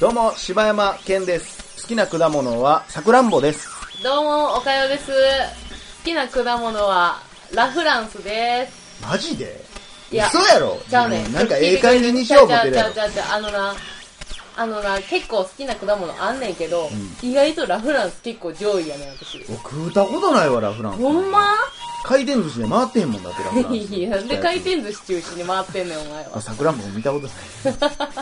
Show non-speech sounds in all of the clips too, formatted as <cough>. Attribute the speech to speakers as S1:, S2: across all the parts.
S1: どうも、柴山健です。好きな果物は、さくらんぼです。
S2: どうも、おかよです。好きな果物は、ラフランスです。
S1: マジで
S2: いや
S1: 嘘やろ
S2: じゃあね。
S1: なんか、
S2: ちょっと聞
S1: え
S2: い
S1: え
S2: てくれ
S1: 感じにしよう
S2: じ
S1: 思
S2: ゃ
S1: っ
S2: あ
S1: てる
S2: じゃ
S1: や
S2: あ
S1: ろ
S2: じ。ゃあじゃあ、あのな、あのな、結構好きな果物あんねんけど、意外とラフランス結構上位やねん、私。
S1: 僕、食うたことないわ、ラフランス。
S2: ほんま
S1: 回転寿司で回ってへんもんだって、ラフラ <laughs> ンス。
S2: いや、 <laughs> なんで回転寿司中心に回ってんねん、お前
S1: あ、
S2: は。
S1: さくらんぼ見たことない。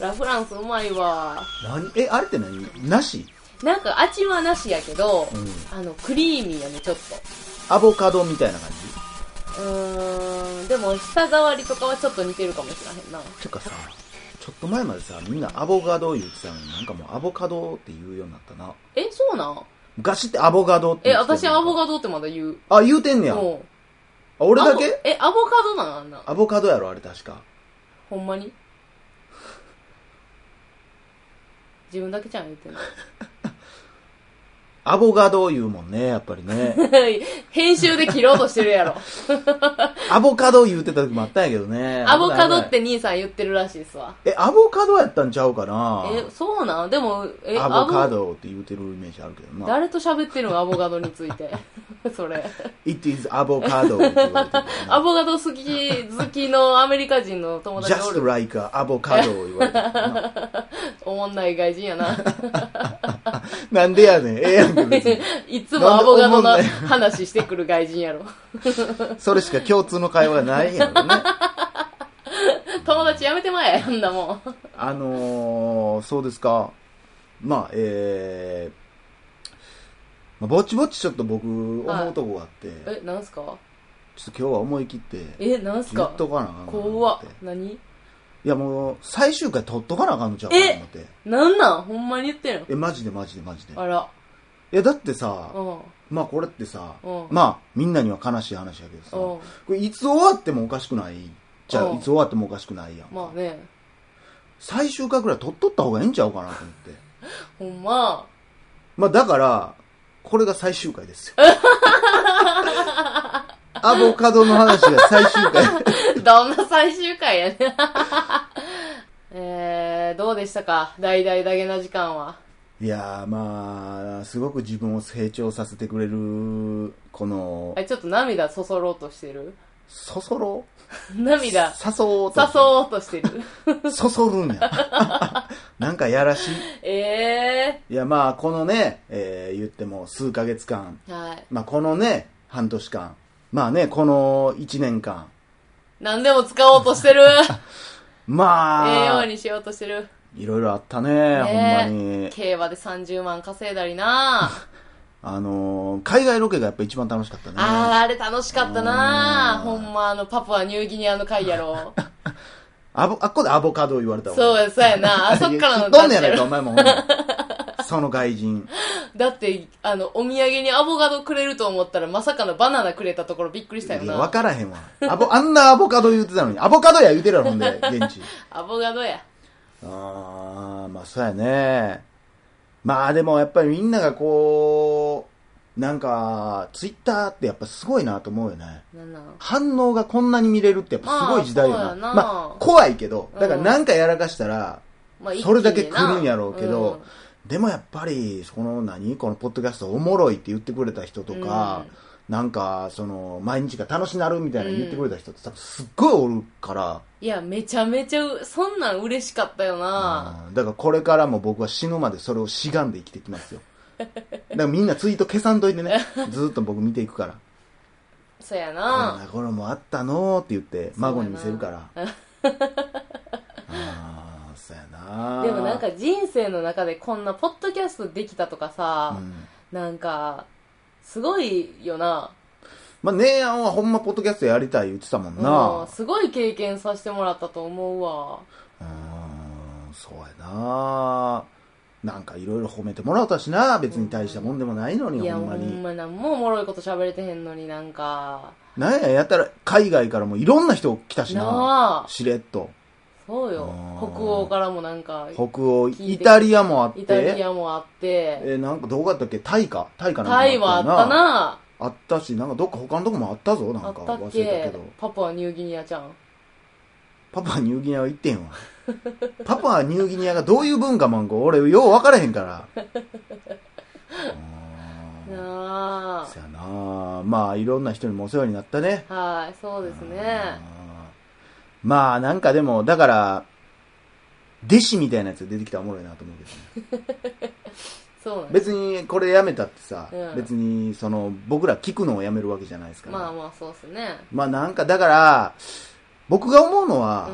S2: ラフランスうまいわ。
S1: 何え、あれって何なし
S2: なんか味はなしやけど、
S1: うん
S2: あの、クリーミーやね、ちょっ
S1: アボカドみたいな感
S2: と。うーん、でも舌触りとかはちょっと似てるかもしれへんな。
S1: じてかさ、ちょっと前までさ、みんなアボカド言ってたのに、なんかもうアボカドって言うようになったな。
S2: え、そうなん
S1: 昔ってアボカドって
S2: え、
S1: 言ってたよ
S2: 私アボカドってまだ言う。
S1: あ、言うてんねや。
S2: もう
S1: あ俺だ
S2: アボ
S1: け
S2: え、アボカドなのあんな。
S1: アボカドやろ、あれ確か。
S2: ほんまに自分だけじゃん言
S1: <laughs>
S2: ってんの。
S1: アボカド言うもんね、やっぱり
S2: <laughs>
S1: ね。
S2: 編集で切ろうとしてるやろ。
S1: アボカド言うてた時もあったんやけどね。
S2: アボカドっ
S1: 危ない。
S2: て兄さん言ってるらしいっすわ。
S1: 危ないえ、アボカドやったんちゃうかな
S2: え、そうなんでも、え、
S1: アボカ
S2: アボ
S1: ドって言うてるイメージあるけどな。
S2: 誰と喋ってるのアボカドにつ
S1: <laughs>
S2: いて。それ。
S1: It is アボカドって言われてるけどな
S2: アボカド好き、好きのアメリカ人の友達お
S1: Just
S2: る。
S1: like a アボカドを言われてるけど
S2: <laughs>
S1: な。
S2: おもんない外人
S1: <laughs>
S2: やな。
S1: なんでやねん。ええやんけ、別に。
S2: <laughs> いつもアボカドの
S1: なんでおもんない
S2: 話してくる外人やろ。
S1: それしか共通の会話がないや
S2: <laughs>
S1: ろね。
S2: 友達やめてまえ、あんなもん。
S1: あのー、そうですか。まあ、えー、まあ、ぼちぼちちょっと僕、思うとこがあって、
S2: え、なんす
S1: ち
S2: か
S1: ょっと今日は思い切って、
S2: え、なんす
S1: 言
S2: か
S1: っとかなあかんなと思
S2: 怖
S1: っ。
S2: って何
S1: いやもう、最終回撮っとかなあかんのちゃうかなと思って。
S2: なんなんほんまに言ってんの
S1: え、マジでマジでマジで。
S2: あら。
S1: いや、だってさ
S2: う、ん。
S1: まあこれってさ
S2: うん、
S1: まあ、みんなには悲しい話やけどさ、
S2: うん
S1: これいつ終わってもおかしくないじゃあ、
S2: うん
S1: いつ終わってもおかしくないやん。
S2: まあね。
S1: 最終回くらい撮っとった方がええんちゃうかなと思って。
S2: ほんま。 <laughs>
S1: まあだから、これが最終回
S2: <laughs>
S1: ですよ。アボカドの話が最終回。 <laughs>
S2: どんな最終回やねん。 <laughs> えー、どうでしたか大々だけな時間は。
S1: いやーまあ、すごく自分を成長させてくれる、この
S2: あ、れちょっと涙そそろうとしてる
S1: そそろ
S2: 涙、
S1: 誘おうと
S2: 誘おうとしてる。 <laughs>
S1: そそるんや。 <laughs> なんかやらし
S2: え
S1: い。いや、まあ、このね、えー言っても数ヶ月間、
S2: ー。はい。
S1: まあ、このね、半年間、まあね、この1年間、
S2: 何でも使おうとしてる栄
S1: ま
S2: 養
S1: <laughs> あ、
S2: にしようとしてる。
S1: いろいろあったね、
S2: ね
S1: ほんまに。
S2: 競馬で30万稼いだりな
S1: あのー海外ロケがやっぱ一番楽しかったね。あ
S2: あー、あれ楽しかったな
S1: う
S2: ほ
S1: ん
S2: んまあの、パプアニューギニアの回やろ。
S1: <laughs> ぼあっこでアボカド言われたわ。
S2: そう
S1: や。
S2: や、そうや
S1: <laughs>
S2: な。あそっからの
S1: どんねやない
S2: 出
S1: か、
S2: し
S1: お
S2: て
S1: 前もほんま。 <laughs> その外人。
S2: るだって、あの、お土産にアボカドくれると思ったら、まさかのバナナくれたところびっくりしたよ
S1: いや、わ
S2: な。
S1: からへんわ。アボ、あんなアボカド言ってたのに、アボカドや言うてるやろ、ほんで、現地。
S2: アボカドや。
S1: ああ、まあそうやね。まあでもやっぱりみんながこう、なんか、ツイッターってやっぱすごいなと思うよね。
S2: なんなん
S1: 反応がこんなに見れるってやっぱすごい時代よ
S2: ま
S1: な。
S2: あそうやな
S1: まあ怖いけど、だからなんかやらかしたら、
S2: まあ一気
S1: そ
S2: に
S1: れだ
S2: な
S1: け来るんやろうけど、でもやっぱり、この何このポッドキャストおもろいって言ってくれた人とか、なんか、その、毎日が楽しなるみたいな言ってくれた人って多分すっごいおるから、
S2: うんいや、めちゃめちゃう、そんなん嬉しかったよな。
S1: うんだからこれからも僕は死ぬまでそれをしがんで生きてきますよ。だからみんなツイート消さんといて
S2: <laughs>
S1: ね、ずーっと僕見ていくから。
S2: そうや
S1: こん
S2: な。
S1: な頃もあったのーって言って、孫に見せるから。ああ、そうやな。
S2: でもなん、か人生の中でこんなポッドキャストできたとか
S1: う
S2: さ、
S1: ん、
S2: なんか、すごいよな。
S1: まあ、姉やんはほんまポッドキャストやりたい言ってたもん
S2: うん
S1: な。
S2: すごい経験させてもらったと思うわ。
S1: うーん、そうやな。なんかいろいろ褒めてもらったしな、別に大したもんでもないのに、
S2: いや、
S1: ほ
S2: ほ
S1: んま
S2: ん
S1: に。
S2: まなんもおもろいこと喋れてへんのになんか。
S1: なんや、やったら海外からもいろんな人来たしな。
S2: なあ。
S1: しれっと。
S2: そうよ
S1: あ。ー
S2: 北欧からもなんか、
S1: 北欧、
S2: 聞いて
S1: イタリアもあって、
S2: イタリアもあって、
S1: えーなんかどこやったっけタイか。タイかなんか
S2: タイもあった
S1: な。
S2: な。
S1: あったし、なんかどっか他のとこもあったぞ、な
S2: あ
S1: んか
S2: ったっ
S1: 忘れたけ
S2: け
S1: ど。
S2: パパはニューギニアちゃん。
S1: パパニューギニアは行ってへんわ。 <laughs> パパはニューギニアがどういう文化なんか俺よう分からへん
S2: <laughs>
S1: から。うん
S2: な
S1: そやなあまあいろんな人にもお世話になったね。
S2: あはいそうですね
S1: うんまあなんかでも、だから、弟子みたいなやつが出てきたらおもろいなと思うけどね。
S2: そうなんです
S1: 別にこれやめたってさ、
S2: うん
S1: 別にその僕ら聞くのをやめるわけじゃないですから。
S2: まあまあそうですね
S1: まあなんかだから、僕が思うのは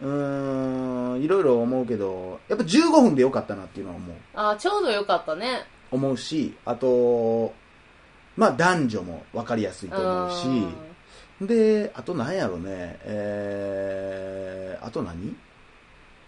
S2: う、ん
S1: うーん、いろいろ思うけど、やっぱ15分でよかったなっていうのは思う。
S2: ああちょうどよかったね
S1: 思うし、あと、まあ男女も分かりやすいと思うし、で、あと何やろね、えー、あと何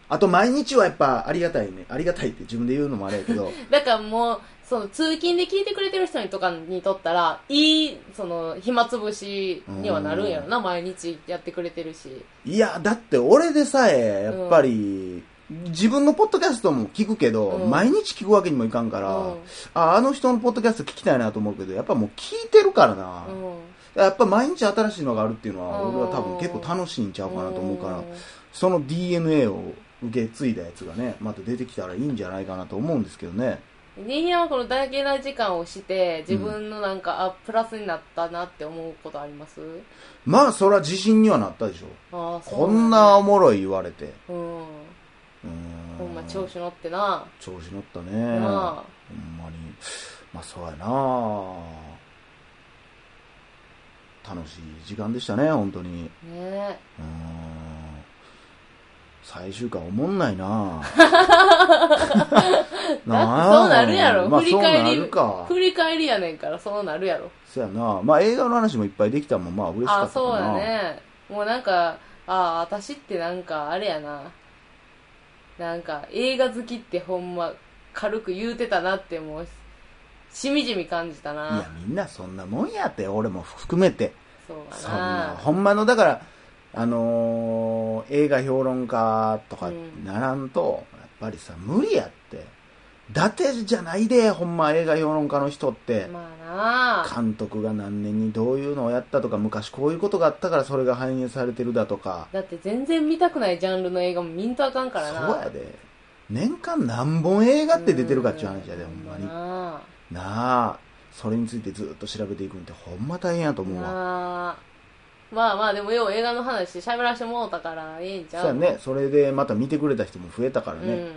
S1: あと毎日はやっぱありがたいね。ありがたいって自分で言うのもあれやけど、
S2: うんだからもうその通勤で聞いてくれてる人にとかにとったらいいその暇つぶしにはなるんやろな毎日やってくれてるし
S1: いや、だって俺でさえ、やっぱり、自分のポッドキャストも聞くけど、
S2: うん
S1: 毎日聞くわけにもいかんから、
S2: うん
S1: あ、あの人のポッドキャスト聞きたいなと思うけど、やっぱもう聞いてるからな。
S2: うん
S1: やっぱ毎日新しいのがあるっていうのは、
S2: うん
S1: 俺は多分結構楽しいんちゃうかなと思うから、
S2: ん
S1: その DNA を受け継いだやつがね、また出てきたらいいんじゃないかなと思うんですけどね。
S2: 人間はこのだけな時間をして自分のなんか、あプラスになったなって思うことあります
S1: まあ、そりゃ自信にはなったでしょ。
S2: ああそう
S1: こんなお
S2: んや
S1: もろい言われて。
S2: うん
S1: うー
S2: ほ
S1: ん
S2: んま調子乗ってな、
S1: 調子乗ったね。
S2: なあ
S1: ほんまに。まあ、そうやな楽しい時間でしたね、本当に。
S2: ね
S1: うーん。最終回おもんない
S2: <laughs>
S1: な
S2: だってそうなるやろ
S1: まあ、
S2: 振り
S1: そう
S2: 返り
S1: なるか。
S2: 振り返りやねんからそうなるやろ
S1: そうやなまあ、映画の話もいっぱいできたもん、まあ、嬉し
S2: あ
S1: か
S2: あ
S1: ったか
S2: そう
S1: な
S2: や。ねもうなんかああ私ってなんかあれやななんか映画好きってほんま軽く言うてたなってもうしみじみ感じたない
S1: や、みんなそんなもんやって、俺も含めて。
S2: そうかな
S1: そんな、ほんまの、だから、あのー映画評論家とかならんと、やっぱりさ、無理やって。伊達じゃないで、ほんま映画評論家の人って、
S2: まあな
S1: 監督が何年にどういうのをやったとか、昔こういうことがあったからそれが反映されてるだとか、
S2: だって全然見たくないジャンルの映画も見んとあかんからな
S1: そうやで。年間何本映画って出てるかっていう話やで、
S2: う
S1: ほんまに。な
S2: な
S1: あ、それについてずっと調べていくんってほんま大変やと
S2: あ
S1: 思うわ。
S2: なあまあまあでもよう映画の話喋らしてもうたからええんちゃう
S1: そうやね、それでまた見てくれた人も増えたからね。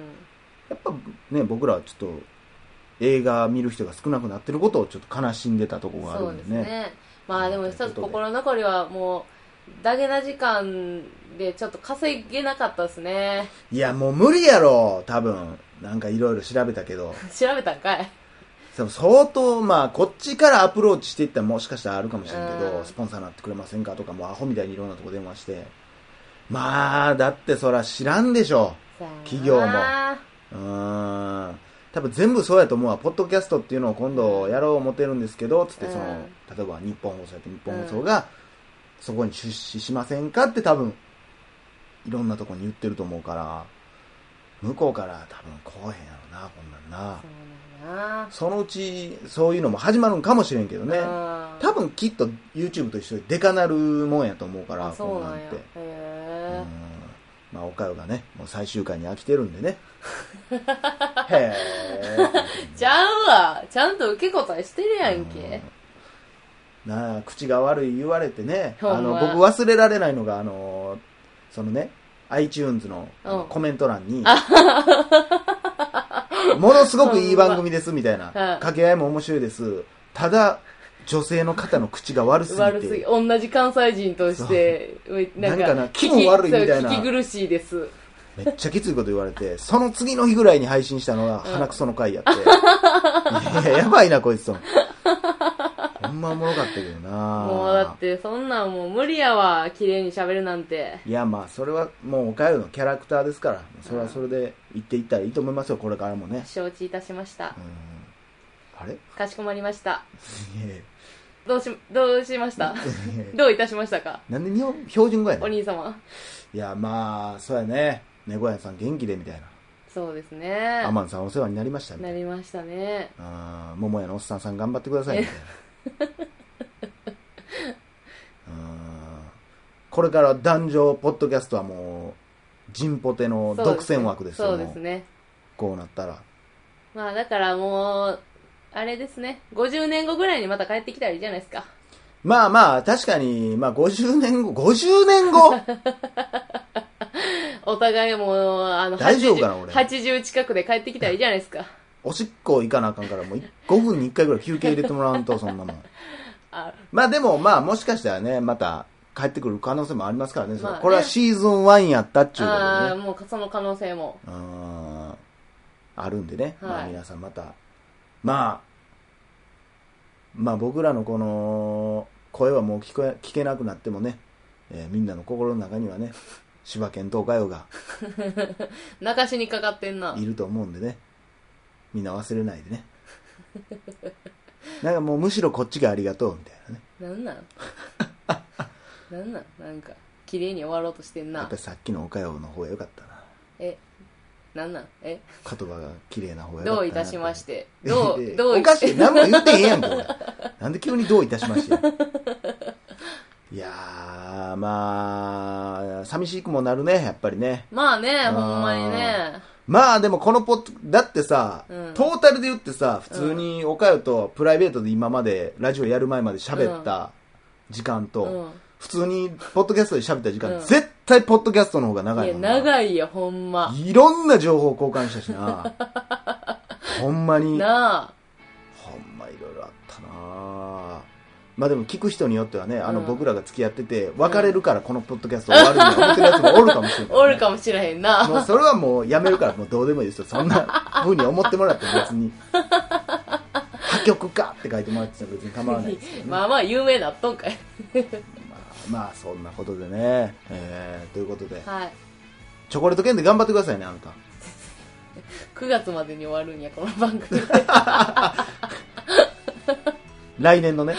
S1: やっぱね、僕らはちょっと映画見る人が少なくなってることをちょっと悲しんでたとこ
S2: うん、
S1: があ
S2: そ
S1: る
S2: うで
S1: ん
S2: す
S1: でね。
S2: ねまあでも一
S1: という
S2: つ
S1: ことで
S2: 心残りはもうダゲな時間でちょっと稼げなかったですね
S1: いや、もう無理やろ、多分。なんかいろいろ調べたけど。
S2: 調べたんかい
S1: でも相当、まあ、こっちからアプローチしていったらもしかしたらあるかもしれんけ
S2: う
S1: ど、
S2: ん
S1: スポンサーになってくれませんかとか、もうアホみたいにいろんなとこ電話して。まあ、だってそら知らんでしょ。
S2: さあな
S1: 企業もうーん。多分全部そうやと思うわ。ポッドキャストっていうのを今度やろう思ってるんですけど、つってその、
S2: うん
S1: 例えば日本放送やって日本放送が、そこに出資しませんかって多分、いろんなとこに言ってると思うから、向こうから多分来おへんやろな、こんなんな
S2: そ。うなんやな
S1: そのうち、そういうのも始まるんかもしれんけどね。
S2: うん
S1: 多分きっと YouTube と一緒でデカなるもんやと思うから、
S2: あそう
S1: こ
S2: な
S1: ん
S2: んや
S1: なんて
S2: へ。え
S1: うんまあ、おかよがね、もう最終回に飽きてるん
S2: <laughs>
S1: でね。へえ。
S2: ちゃうわちゃんと受け答えしてるやんけ
S1: なあ、口が悪い言われてね、
S2: ほんま
S1: あの、僕忘れられないのが、あの、そのね、iTunes のあ
S2: う
S1: の
S2: ん
S1: コメント欄に、ものすごくいい番組ですみたいな、
S2: うん
S1: 掛け合いも面白いです。ただ、女性の方の口が悪すぎ
S2: 悪すぎ
S1: て、
S2: 同じ関西人としてなん
S1: な
S2: か
S1: んかな
S2: 聞
S1: 気も悪いみたいな
S2: そう聞き苦しいです
S1: めっちゃきついこと言われて、その次の日ぐらいに配信したのが鼻くその回やって。い
S2: <laughs>
S1: や、やばいな、こいつと。ほんまおもろかったけどな
S2: もうだってそんなんもう無理やわ綺麗に喋るなんて
S1: いや、まあ、それはもう、おかゆのキャラクターですから、それはそれで言っていったらいいと思いますよ、これからもね。
S2: 承知いたしました
S1: うん。あれい <laughs>
S2: かしこまりました
S1: やいや
S2: どうしどうしましたどういたしましたか
S1: なんで日本、標準語や
S2: お
S1: ねん。い
S2: 兄様
S1: や、まあ、そうやね。猫屋さん元気で、みたい
S2: そうですね
S1: な。アマンさんお世話になりました、みた
S2: ない
S1: な。
S2: りましたね
S1: あー桃屋のおっさんさん頑張
S2: <laughs>
S1: ってくださいみたいなうーんここれから男女ポッドキャストはもう、ジンポテの独占枠ですよ
S2: そうです
S1: もう
S2: ね。
S1: こうなったら。
S2: まあだからもう、あれですね。50年後ぐらいにまた帰ってきたらいいじゃない
S1: <laughs>
S2: ですか。
S1: まあまあ、確かに、まあ50年後、50年後 <laughs>
S2: お互いもう、あの、
S1: 大丈夫かな
S2: 80
S1: 俺
S2: 80近くで帰ってきたらいいじゃな
S1: <laughs>
S2: いですか。
S1: おしっこ行かなあかんから、もう5分に1回ぐらい休憩入れてもらわん
S2: <laughs>
S1: と、そんなもん。
S2: あ
S1: まあでも、まあもしかしたらね、また帰ってくる可能性もありますからね。それ
S2: まあね
S1: これはシーズン1やったっちゅうこと
S2: あ
S1: で
S2: ー、
S1: ね。
S2: もうその可能性も。
S1: ああるんでね、
S2: はい
S1: まあ皆さんまた、まあ、まあ僕らのこの声はもう聞こえ聞けなくなってもね、えーみんなの心の中には
S2: <laughs>
S1: ね、柴犬東海王が
S2: 泣かしにかかってんな。
S1: いると思うんでね、みんな忘れないでね。 <laughs> なんかもうむしろこっちがありがとうみたいなね。
S2: なん
S1: <laughs>
S2: なんなんなんなんか、綺麗に終わろうとしてん
S1: や
S2: な
S1: っぱ。りさっきの岡山の方が良かったな。
S2: え、なんなんえ、
S1: 言葉が綺麗な方が良かったな
S2: どういたし
S1: <laughs>
S2: まして。ど
S1: ええ
S2: う、どう
S1: おかしい。何も言ってへんやんか、俺。なんで急にどういたしまして。いやー、まあ、寂しくもなるね、やっぱりね。
S2: <laughs> まあね、
S1: あー
S2: ほんまにね。
S1: まあでもこのポッドだってさ、
S2: うん
S1: トータルで言ってさ、普通におかよとプライベートで今までラジオやる前まで喋った時間と、
S2: うん
S1: 普通にポッドキャストで喋った時間、
S2: うん
S1: 絶対ポッドキャストの方が長
S2: い
S1: い
S2: や、
S1: もんな。
S2: 長いよ、ほんま。
S1: いろんな情報交換したし
S2: <laughs>
S1: な。ほんまに。
S2: なあ。
S1: ほんまいろいろあったなあまあでも聞く人によってはね、あの
S2: うん
S1: 僕らが付き合ってて、別れるからこのポッドキャスト終わるんだと思ってるやつもおるかもしれない、
S2: <laughs> おるかもしれへん
S1: <laughs>
S2: な。
S1: もうそれはもうやめるからもうどうでもいいですよ。そんな風に思ってもらって別に。破局かって書いてもらってたら別に構わないですけどね。ま
S2: <laughs> まあまあ有名なっとんかい
S1: あ、まあそんなことでね。えー、ということで、
S2: はい
S1: チョコレート券で頑張ってくださいね、あんた。
S2: 9月までに終わるんやこの番組 <laughs>
S1: 来年のね。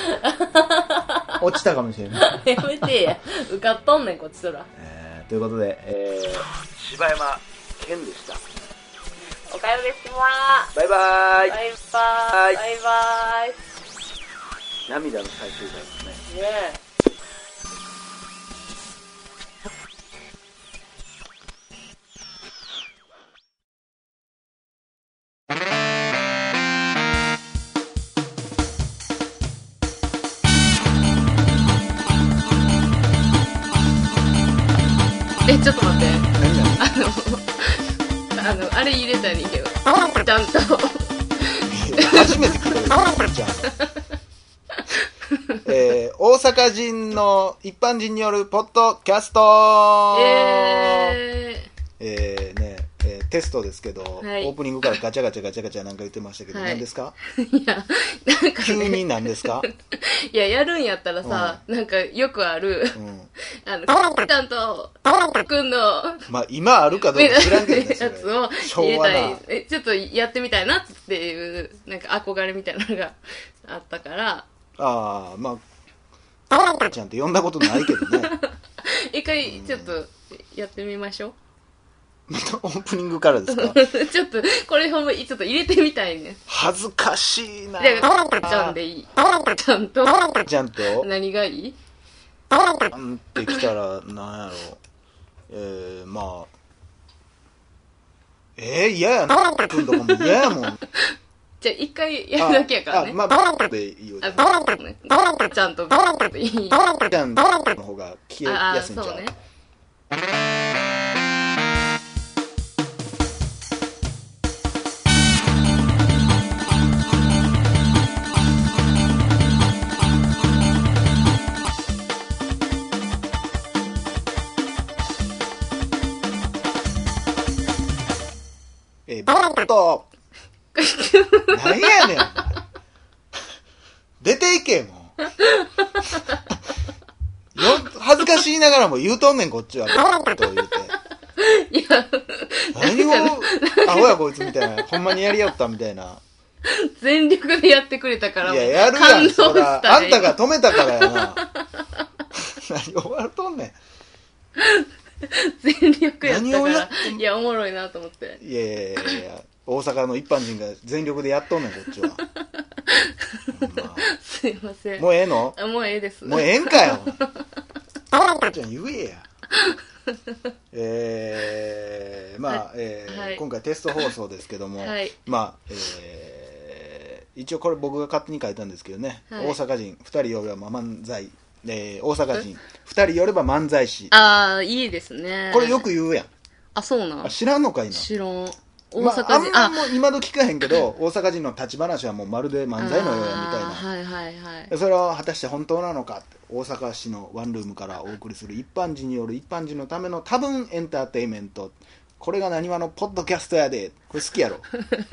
S1: 落ちたかもしれない。
S2: やめてや受かっとんねんこっちそら
S1: えー、ということで、えー、柴山健でした。
S2: おかよですわ
S1: バイバーイ
S2: バイバ
S1: は
S2: イ
S1: い
S2: バイバイ
S1: 涙の最終回ですね。
S2: ねええちょっと待って
S1: 何が
S2: あのあのあれ入れたらいいけどちゃんと
S1: 初めて聞いたじゃん。えー、大阪人の一般人によるポッドキャストえ
S2: えー
S1: ーねえーテストですけど、
S2: はい
S1: オープニングからガチャガチャガチャガチャなんか言ってましたけど、
S2: はい
S1: 何ですか
S2: いや、なんか
S1: 急
S2: ね、
S1: に何ですか、
S2: <laughs> いや、やるんやったらさ、なんかよくある、
S1: うん、
S2: あの、ちゃんと、くんの、
S1: まあ今あるかどうか知らんけどねそ
S2: や
S1: れ
S2: つを
S1: 昭
S2: 入れ
S1: 和
S2: た、
S1: ない
S2: えちょっとやってみたいなっていう、なんか憧れみたいなのがあったから、
S1: ああまあちゃんって呼んだことないけどね <laughs>
S2: 一回ちょっとやってみましょ
S1: オープニングからですか
S2: う。 <laughs> ちょっと、これほんま、ちょっと入れてみたいね。
S1: 恥ずかしいな
S2: で、ちゃんでいい。ちゃんと、
S1: ちゃんと
S2: 何がいい
S1: パンってきたら、なんやろえー、まあ。えー、嫌やな。くんとかも嫌やもん。
S2: じゃあ一回やるだけやからね。
S1: あまあ、バランでいいよ。
S2: あ、ちゃんと、いい。
S1: ちゃんの方が消え
S2: ああ
S1: やすいんち
S2: そ
S1: ゃう
S2: うね
S1: えー、バランと、なんやねん。お前出ていけ、もう。よ、恥ずかしいながらも言うとんねん、こっちは。バランと言うて。
S2: いや
S1: 何を、アホやこいつみたいな。ほんまにやりよったみたいな。
S2: 全力でやってくれたから
S1: いや、やるや
S2: 感
S1: ん、
S2: 動
S1: そら
S2: し。た
S1: あんたが止めたからや
S2: <laughs>
S1: な。何終わるとんね
S2: 全力やった
S1: 何を
S2: か
S1: やっ
S2: らいやおもろいなと思って
S1: ん。いやいやいやいや、大阪の一般人が全力でやっとんねん、こっちは。
S2: <laughs>
S1: ほんます
S2: いません
S1: もうええの
S2: あもうええです
S1: もうええんかよ。ちゃん言えや。えー、まあ、えー
S2: はい
S1: 今回テスト放送ですけども、
S2: はい
S1: まあ、えー一応これ僕が勝手に書いたんですけどね、
S2: はい
S1: 大阪人2人寄れば漫才、えー大阪人2人寄れば漫才師。
S2: ああ、いいですね。
S1: これよく。言うやん。
S2: あ、そうなん
S1: あ。知らんのかいな。
S2: 知らん。大
S1: ま
S2: 阪
S1: あ、あん
S2: 人、
S1: ま
S2: あ、
S1: もう今時聞かへんけど、大阪人の立ち話はもうまるで漫才のようやみたい
S2: あ
S1: な。
S2: ーはいはいはい。
S1: それは果たして本当なのかって大阪市のワンルームからお送りする一般人による一般人のための多分エンターテインメントこれがなにわのポッドキャストやでこれ好
S2: <laughs>
S1: きやろ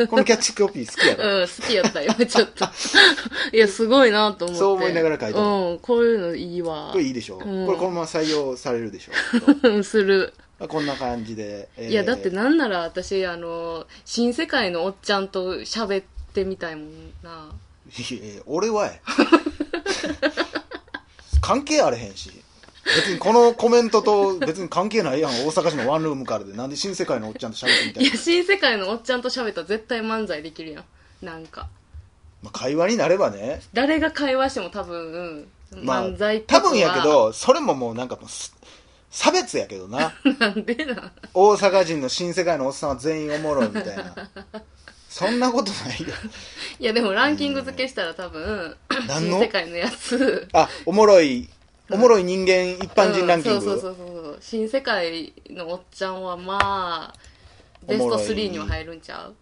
S1: このキャッチコピー好きやろ
S2: うん、好きやった、今ち
S1: <laughs>
S2: ょっと。いや、すごいなと思って。
S1: そう思いながら書いた
S2: うん、こういうのいいわ。
S1: これいいでしょ、
S2: うん
S1: これこのまま採用されるでしょ
S2: <laughs> する。
S1: まあこんな感じで、えー
S2: いや、だってなんなら私、あの、新世界のおっちゃんと喋ってみたいもんな。
S1: いや俺はや <laughs> 関係あれへんし別にこのコメントと別に関係ないやん大阪市のワンルームからでなんで新世界のおっちゃんと喋ってみた
S2: い
S1: い
S2: や、
S1: な、
S2: 新世界のおっちゃんと喋ったら絶対漫才できるやん。なんか。
S1: まあ、会話になればね
S2: 誰が会話しても多分、うん、
S1: まあ
S2: 漫才っぽく
S1: 多
S2: は
S1: 分やけ。どそれももうなんかもうす差別やけどな
S2: <laughs> なんでな。
S1: 大阪人の新世界のおっさんは全員おもろいみたいなそんなことないよ
S2: いや、でもランキング付けしたら多分、
S1: 何の
S2: 新世界のやつ、
S1: あおもろいおもろい人間一般人ランキン
S2: うんそう
S1: グ
S2: そうそうそう。新世界のおっちゃんはまあ、ベ
S1: お
S2: ス
S1: も
S2: ト
S1: ろい
S2: 3には入るんちゃう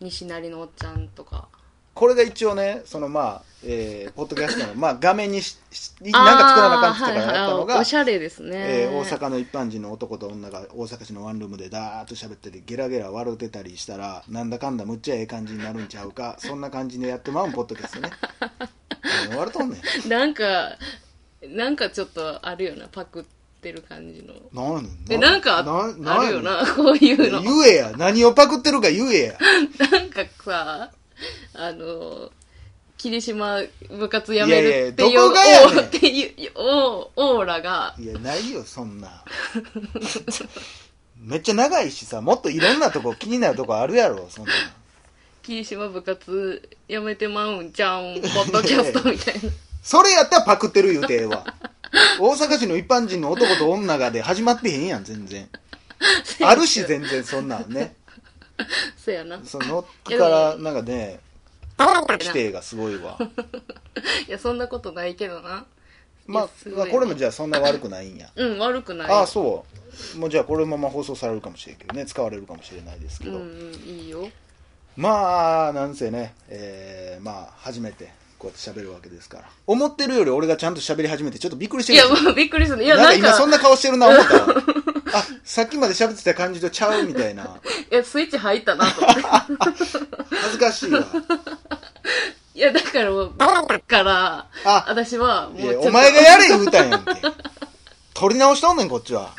S2: 西成のおっちゃんとか。
S1: これが一応ねそのまあ、えーポッドキャストの、まあ、画面にししなんか作らなあかんって言ったからやったの
S2: あーはいはいあ
S1: が、
S2: おしゃれですね。
S1: えー大阪の一般人の男と女が大阪市のワンルームでダーッと喋っててゲラゲラ笑うてたりしたらなんだかんだむっちゃええ感じになるんちゃうかそんな感じでやってまうんポッドキャストね <laughs> 何笑うとんねん
S2: なんか、なんかちょっとあるよな、パクってる感じの。
S1: なんやね
S2: え、なんか
S1: な
S2: あるよな、こういうの。
S1: 言えや何をパクってるか言えや
S2: なんかさ、あの、霧島部活やめ
S1: いやい
S2: る
S1: や
S2: っていう、
S1: どこがやねん
S2: おっていう、おオーラが、
S1: いやないよそんな <laughs> めっちゃ長いしさもっといろんなとこ気になるとこあるやろそんな
S2: 霧島部活やめてまうんちゃうん、ポッドキャストみたいな。
S1: それやったらパクってる予定は大阪市の一般人の男と女がで始まってへんやん全然 <laughs> あるし全然そんなんね
S2: そうやな。い
S1: そのっきからなんか
S2: <laughs>
S1: ね規定がすごいわ
S2: や、そんなことないけどな。い
S1: ま
S2: やす
S1: あ
S2: ごい
S1: これもじゃあそんな悪くないんや
S2: うん、悪くない。
S1: ああそうもうじゃあこれもまあ放送されるかもしれんけどね使われるかもしれないですけ
S2: う
S1: ど、
S2: ん、うん、いいよ。
S1: まあなんせねえーまあ初めてこうやって喋るわけですから思ってるより俺がちゃんと喋り始めてちょっとびっくりして
S2: い
S1: る
S2: や、
S1: でしょ
S2: もうびっくりしたね。いや、
S1: なん
S2: な
S1: か
S2: ん
S1: 今そ
S2: か
S1: ん、な顔してるな思った
S2: <laughs>
S1: わあさっきまで喋ってた感じとちゃうみたいな
S2: え、スイッチ入ったなと思って。
S1: 恥ずかしいわ
S2: いや、だからも
S1: <laughs>
S2: う、だから、
S1: あ
S2: 私は、もう
S1: い
S2: ちょ
S1: や
S2: っと、
S1: お前がやれ言うたんやんけ取り直しとんねんこっちは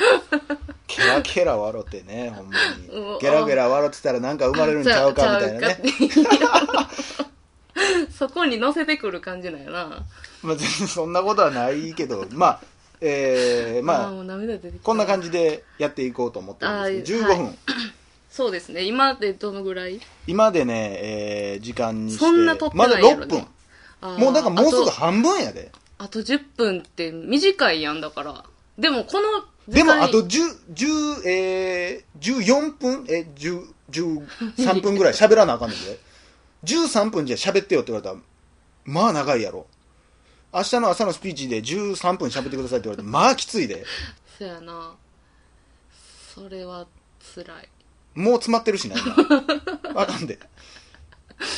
S1: ケラケラ笑って
S2: <laughs>
S1: ねほんま
S2: う
S1: に
S2: ん
S1: ゲラゲラ笑ってたらなんか生まれるんちゃうかみたいなね
S2: ちゃうかっていう <laughs> そこに乗せてくる感じなんやな。
S1: <laughs> まあ、全然そんなことはないけど、まあ、えー
S2: ーも
S1: まあ、
S2: う涙出てきた
S1: こんな感じでやっていこうと思ってるんですけど、
S2: あー
S1: 15分。
S2: そうですね。今でどのぐらい
S1: 今でね、えー時間にして、
S2: そんな撮ってな
S1: ま
S2: い
S1: だ
S2: やろ
S1: 6
S2: ね
S1: 分。もうだからもうすぐ半分やで。
S2: あと。あと10分って短いやんだから。でもこの時
S1: で
S2: 間
S1: も、あと10、10、えー、14分、えー、10、13分
S2: <laughs>
S1: ぐらい喋らなあかんねんで。13分じゃ喋ってよって言われたら、まあ長いやろ。明日の朝のスピーチで13分喋ってくださいって言われたら、まあきついで。
S2: そやな。それは辛い。
S1: もう詰まってるしな、今。あかんで。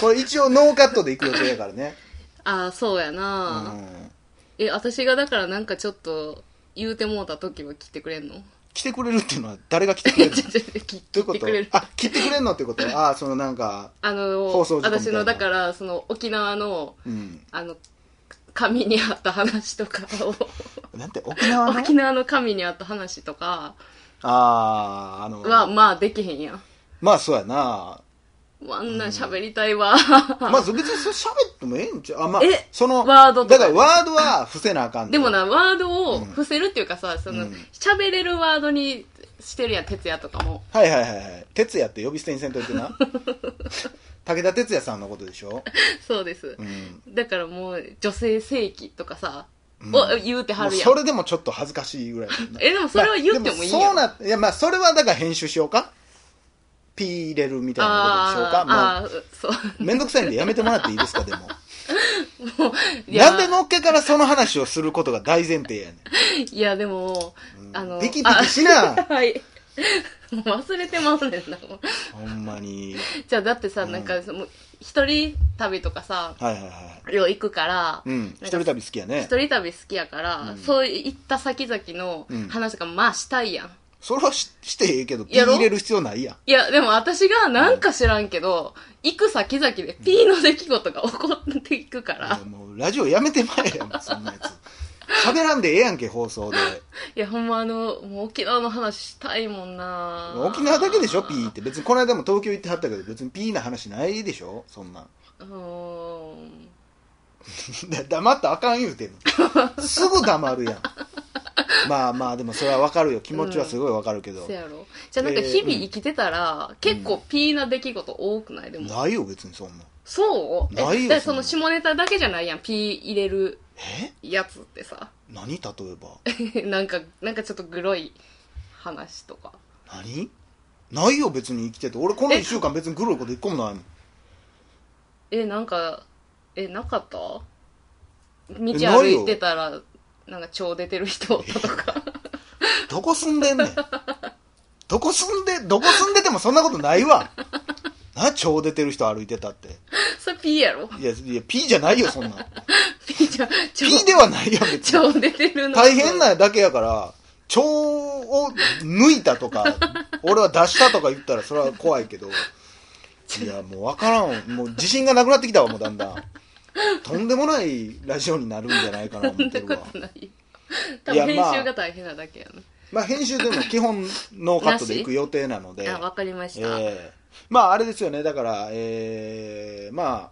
S1: これ一応ノーカットでいく予定やからね。
S2: ああ、そうや
S1: う
S2: な、
S1: ん。
S2: え、私がだからなんかちょっと言うてもうた時は切ってくれんの
S1: 来てくれるっていうのは誰が来てくれるの
S2: <laughs> ちょ
S1: ど
S2: ちょちょ切
S1: うい
S2: 切
S1: うこ
S2: って
S1: と
S2: くれる。
S1: あ、来てくれんのってことああ、そのなんか、
S2: あの、
S1: 放送事故みたい
S2: 私
S1: な
S2: の、だから、その、沖縄の、
S1: うん。
S2: あの、紙にあった話とか
S1: なんて、沖縄
S2: を、
S1: の
S2: 沖縄の紙にあった話とか
S1: ああ、あの、
S2: は、まあ、できへんやん。
S1: まあそうやな。
S2: あんなん喋りたいわ。
S1: まず別にそれ喋ってもええんちゃうあ、まあ
S2: え、
S1: その、
S2: ワードと
S1: だ
S2: か
S1: からワードは伏せなあかん
S2: <laughs> でも
S1: な。
S2: な、ワードを伏せるっていうかさ、その
S1: うん、
S2: 喋れるワードにしてるやん、哲也とかも。
S1: はいはいはいはい。哲也って呼び捨てにせんといて
S2: <laughs>
S1: な。武田哲也さんのことでしょ
S2: そうです
S1: う。ん。
S2: だからもう、女性性器とかさ、を言うては
S1: もう
S2: るやん
S1: そ。れでもちょっと恥ずかしいぐらいだもんな
S2: え、でもそれは言ってもいいやん。
S1: まあでもそうな、いやまあそれはだから編集しようかピー入れるみたいなことにしようかも
S2: あーあー、そう
S1: めんどくさいんでやめてもらっていいですかでも
S2: う。もう、いや
S1: <laughs> なんでのっけからその話をすることが大前提やねん
S2: いや、でも、あの、
S1: ピキピキしな
S2: あはい。 <laughs> もう忘れてまうねんな。もう
S1: ほんまに
S2: じゃあ、だってさ、
S1: ん
S2: なんか、その一人旅とかさ、
S1: はいはいはい
S2: よう行くから、
S1: うん一
S2: なんか
S1: 人旅好きやね
S2: 一人旅好きやから、そういった先々の
S1: うん
S2: 話とか、まあしたいやん。
S1: それはししてええけどピー
S2: やろ
S1: 入れる必要ないやん
S2: いや、でも私がなんか知らんけど、行く先々で P の出来事が起こっていくから、
S1: いやもうラジオやめてまえ
S2: <laughs>
S1: やんそんなやつ喋らんでええやんけ放送で
S2: いや、ほんまあの、もう沖縄の話したいもんな
S1: 沖縄だけでしょピーって別にこの間も東京行ってはったけど別にピーな話ないでしょそん <laughs> なん
S2: うーん。
S1: だ黙ったらあかん言
S2: <laughs>
S1: うてんのすぐ黙るやんまあまあでもそれはわかるよ気持ちはすごいわかるけど、
S2: せやろじゃあなんか日々生きてたら、結構ピーな出来事多くないでも、
S1: ないよ別にそんなん
S2: そうえ
S1: ないよ
S2: だって
S1: そ
S2: そ
S1: んな
S2: の下ネタだけじゃないやんピー入れる
S1: え
S2: やつってさ
S1: 何例えば
S2: <laughs> なんかなんかちょっとグロい話とか
S1: 何ないよ別に生きてて俺この
S2: え
S1: 1週間別にグロいこと一個もないもん
S2: えなんかえなかった道
S1: えないよ
S2: 歩いてたらなんか腸出てる人おったとか <laughs>
S1: どこ住んでんねんどこ住んでどこ住んでてもそんなことないわな超出てる人歩いてたって
S2: それピーやろ
S1: いやいやピーじゃないよそんなん
S2: ピーじゃ腸
S1: ピーではないよ別に
S2: 腸出てるの
S1: 大変なだけやから腸を抜いたとか俺は出したとか言ったらそれは怖いけどいやもう分からんもう自信がなくなってきたわもうだんだんとんでもないラジオになるんじゃないかな
S2: そ
S1: 思
S2: ん
S1: って
S2: な
S1: る
S2: こ
S1: わ
S2: とない多
S1: いや
S2: 分編
S1: まあ
S2: 集が大変なだけやな、
S1: まあ編集でも基本ノーカットでいく予定なので
S2: あわかりまし
S1: え
S2: た、
S1: えまああれですよねだからええまあ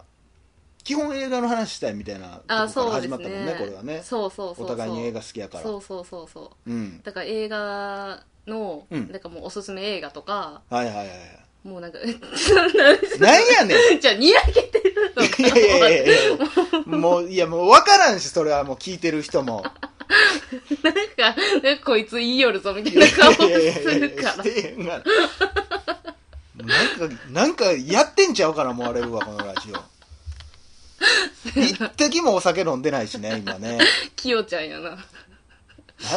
S1: 基本映画の話したいみたいなとこ
S2: あ
S1: から
S2: そうで
S1: 始
S2: す
S1: ま
S2: ね
S1: ったもんねこれはね
S2: そうそうそうそう
S1: お互いに映画好きやから
S2: そううそうそうそうんだから映画の、
S1: うん
S2: なんかもうおすすめ映画とか
S1: はいはいはいはい
S2: もうなんか <laughs>
S1: なんやねん
S2: じゃあにやけてるの
S1: いやいやいやいやもう、いやもう分からんし、それはもう聞いてる人も。
S2: なんかなんかこいつ言いよるぞみたいな顔す
S1: いやいやいやい
S2: る
S1: や
S2: から
S1: してへんがな。なんか、なんかやってんちゃうかな、思われるわ、このラジ
S2: <laughs>
S1: オ。一滴もお酒飲んでないしね、今ね。
S2: きよちゃんやな
S1: な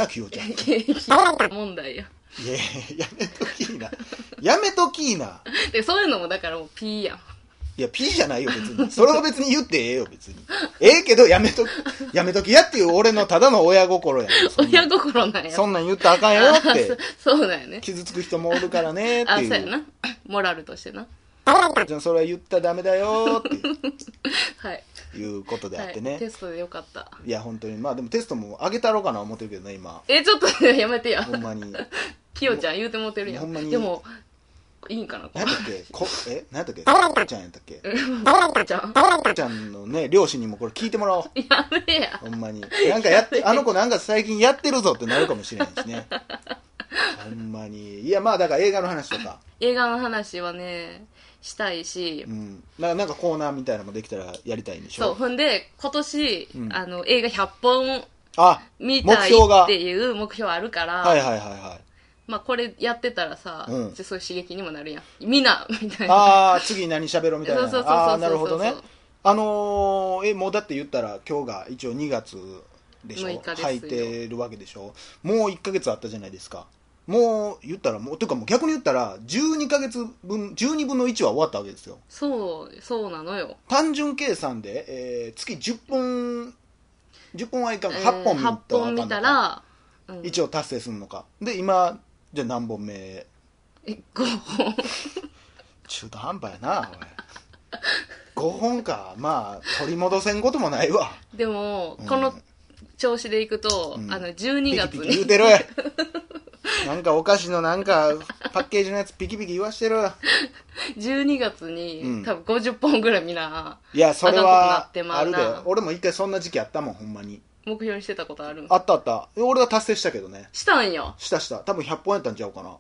S1: あ、きよちゃん。い
S2: 景気問題や
S1: やいや、やめときいな。やめときいな。
S2: でそういうのもだからもうピーやん
S1: いや、P じゃないよ、別に。それは別に言ってええよ、別に。ええけど、やめとき、やめときやっていう俺のただの親心やんそんな
S2: 親心なんや
S1: そんなん言ったらあかんよっ
S2: あ
S1: て。
S2: そそうなんやね
S1: 傷つく人もおるからねって
S2: あそう
S1: いう
S2: やなモラルとしてな
S1: じゃあそれは言ったらダメだよっ
S2: はい、
S1: ていうことであ
S2: は
S1: って
S2: い、
S1: ね、
S2: テ
S1: い、
S2: ストでよかった
S1: や本当にまあでもテストも上げたろうかな思ってるけどね今
S2: えちょっとやめてや
S1: ほんまに何やっ
S2: きよちゃん言うてもうてるや
S1: ほんまに
S2: んでもいいんかなこ
S1: たっけこえ何やったっけタラちゃんやったっけ
S2: れちゃん
S1: タラちゃんのね両親にもこれ聞いてもらおう
S2: やめや
S1: ほんまになんかやってあの子なんか最近やってるぞってなるかもしれないですねほんまにいやまあだから映画の話とか、
S2: 映画の話はねしたいし
S1: うん、ななんかコーナーみたいなのもできたらやりたいんでしょ
S2: そうほんで今年、
S1: うん
S2: あの映画100本
S1: あ
S2: 見たい
S1: 目標が
S2: っていう目標あるから、
S1: はいはいはいはい
S2: まあ、これやってたらさ、
S1: うん
S2: じゃあそういう刺激にもなるやんみんなみたいな
S1: ああ、次何喋ろうみたいな。
S2: そうそうそうそう
S1: ああ、なるほどね
S2: そうそう。
S1: あのーえ、もうだって言ったら今日が一応2月でしょ。
S2: もう一ヶ月よ
S1: 入ってるわけでしょ。もう1ヶ月あったじゃないですか。もう言ったら、もう、ていうかもう逆に言ったら、12ヶ月分、12分の1は終わったわけですよ。
S2: そうそうなのよ
S1: 単純計算で、えー月10本、10本はいかんか、8
S2: え
S1: 本見た
S2: ー
S1: らあ
S2: 8
S1: かん
S2: 本
S1: の
S2: 見た
S1: か。
S2: ら、うん、
S1: 一応達成するのか。で、今、じゃあ何本目
S2: え5本
S1: 中途半端やなおい5本かまあ取り戻せんこともないわ
S2: でも、
S1: うん
S2: この調子でいくと、
S1: うん
S2: あの
S1: ピ
S2: 12
S1: キ
S2: 月
S1: ピキ
S2: に
S1: 言うてるなんかお菓子のなんかパッケージのやつピキピキ言わしてる
S2: <laughs> 12月に、
S1: うん
S2: 多分50本ぐらいみんない
S1: やそれは
S2: あかんことな
S1: あ
S2: って
S1: る
S2: ま
S1: で
S2: うな
S1: 俺も一回そんな時期あったもんほんまに
S2: 目標にしてたことあるん
S1: あったあった俺は達成したけどね
S2: したんよ
S1: したした多分100本やったんちゃうかな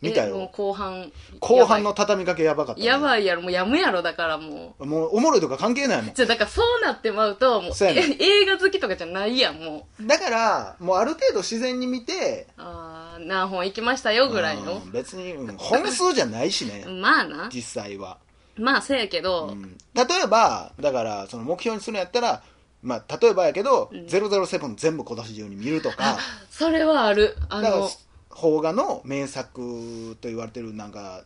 S1: 見た
S2: えもう
S1: よ。
S2: 後半。
S1: 後半の畳みかけやばかったね、
S2: やばい。やばいやろ、もうやむやろ、だからも
S1: もう、おもろいとか関係ないも
S2: う。じゃあ、だからそうなってまうと、もう、
S1: そうやねん
S2: え映画好きとかじゃないやん、もう。
S1: ん。だから、もうある程度自然に見て、
S2: あー、何本行きましたよ、ぐらいの
S1: う。ん別に、うん本数じゃないしね、
S2: まあな。
S1: 実際は。
S2: まあ、せやけど、
S1: うん例えば、だから、その目標にするんやったら、まあ、例えばやけど、007全部今年中に見るとか、
S2: それはある。あ
S1: だから
S2: の、
S1: 邦画の名作と言われてるなんか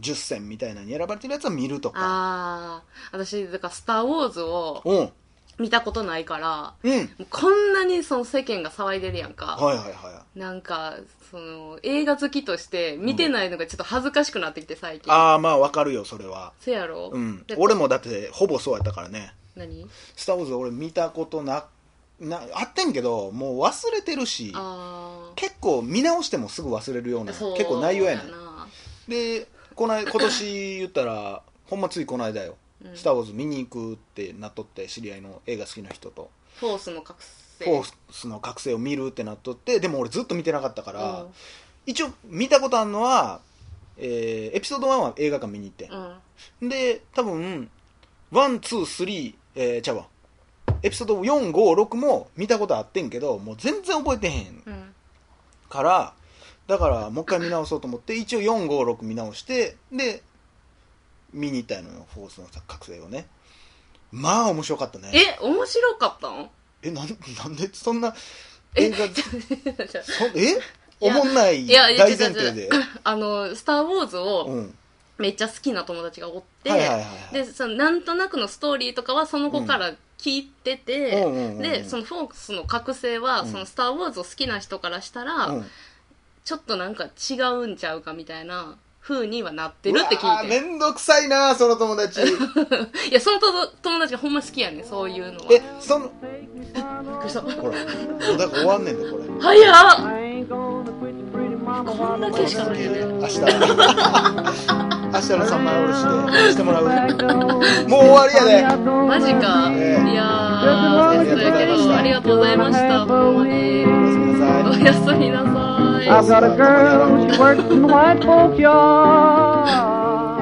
S1: 10選みたいなのに選ばれてるやつは見るとか
S2: あー、私、だから、スター・ウォーズを
S1: うんうん
S2: 見たことないから、
S1: はい
S2: もうこんなにその世間が騒いでるやんか。
S1: はいはい
S2: なんか、その、映画好きとして見てないのがちょっと恥ずかしくなってきて、最近。
S1: ああまあわかるよそれは
S2: せやろ
S1: うん
S2: で
S1: 俺もだってほぼそうやったからね
S2: 何
S1: 「スター・ウォーズ」俺見たことななあってんけどもう忘れてるし
S2: あ
S1: 結構見直してもすぐ忘れるよう
S2: あ。
S1: な
S2: そう。
S1: 結構内容やねん
S2: な
S1: でこない今年言ったら <laughs> ほんまついこの間よ「
S2: うん
S1: スター・ウォーズ」見に行くってなっとって知り合いの映画好きな人と
S2: フォースの覚
S1: フ
S2: 醒。
S1: ォースの覚醒を見るってなっとってでも俺ずっと見てなかったから、
S2: うん
S1: 一応見たことあるのは、えーエピソード1は映画館見に行って
S2: うん。あ
S1: んで多分123えー、ちゃうわエピソード456も見たことあってんけどもう全然覚えてへん
S2: うん。
S1: からだからもう一回見直そうと思って一応456見直してで見に行ったのよフォースの覚醒をねまあ面白かったね
S2: え、面白かったん <laughs>
S1: えなんなんでそんな映画そえ
S2: い
S1: お
S2: や
S1: もんない
S2: いやいや
S1: 大前提
S2: 違
S1: で。
S2: あの、スター・ウォーズ
S1: う
S2: を
S1: ん。
S2: めっちゃ好きな友達がおって、
S1: はいはいはいはい。
S2: で、その、なんとなくのストーリーとかはその子から聞いてて、
S1: うんうんうんうん
S2: で、そのフォースの覚醒は、
S1: うん
S2: そのスター・ウォーズを好きな人からしたら、
S1: うん
S2: ちょっとなんか違うんちゃうかみたいな風にはなってるって
S1: うわ
S2: 聞
S1: ー
S2: い
S1: め
S2: て。
S1: んどくさいな、その友
S2: <laughs>
S1: 達。
S2: いや、その友友達がほんま好きやねんそういうのは。
S1: え、その、
S2: びっくりした
S1: ほら、もうだから終わんねんで、これ。
S2: 早っ
S3: I ain't gonna quit your pretty mama
S2: こんだけしか見えない。
S1: 明日、明日の三枚おろしで、してもらう。
S3: while.
S1: もう終わりやで。
S2: マジか。い
S1: ええ
S2: やー、ですけど、ありがとうございました。ほんまに。
S1: おやすみなさい
S2: お。やすみなさい。
S3: I've got a girl, she works in the white folks' yard.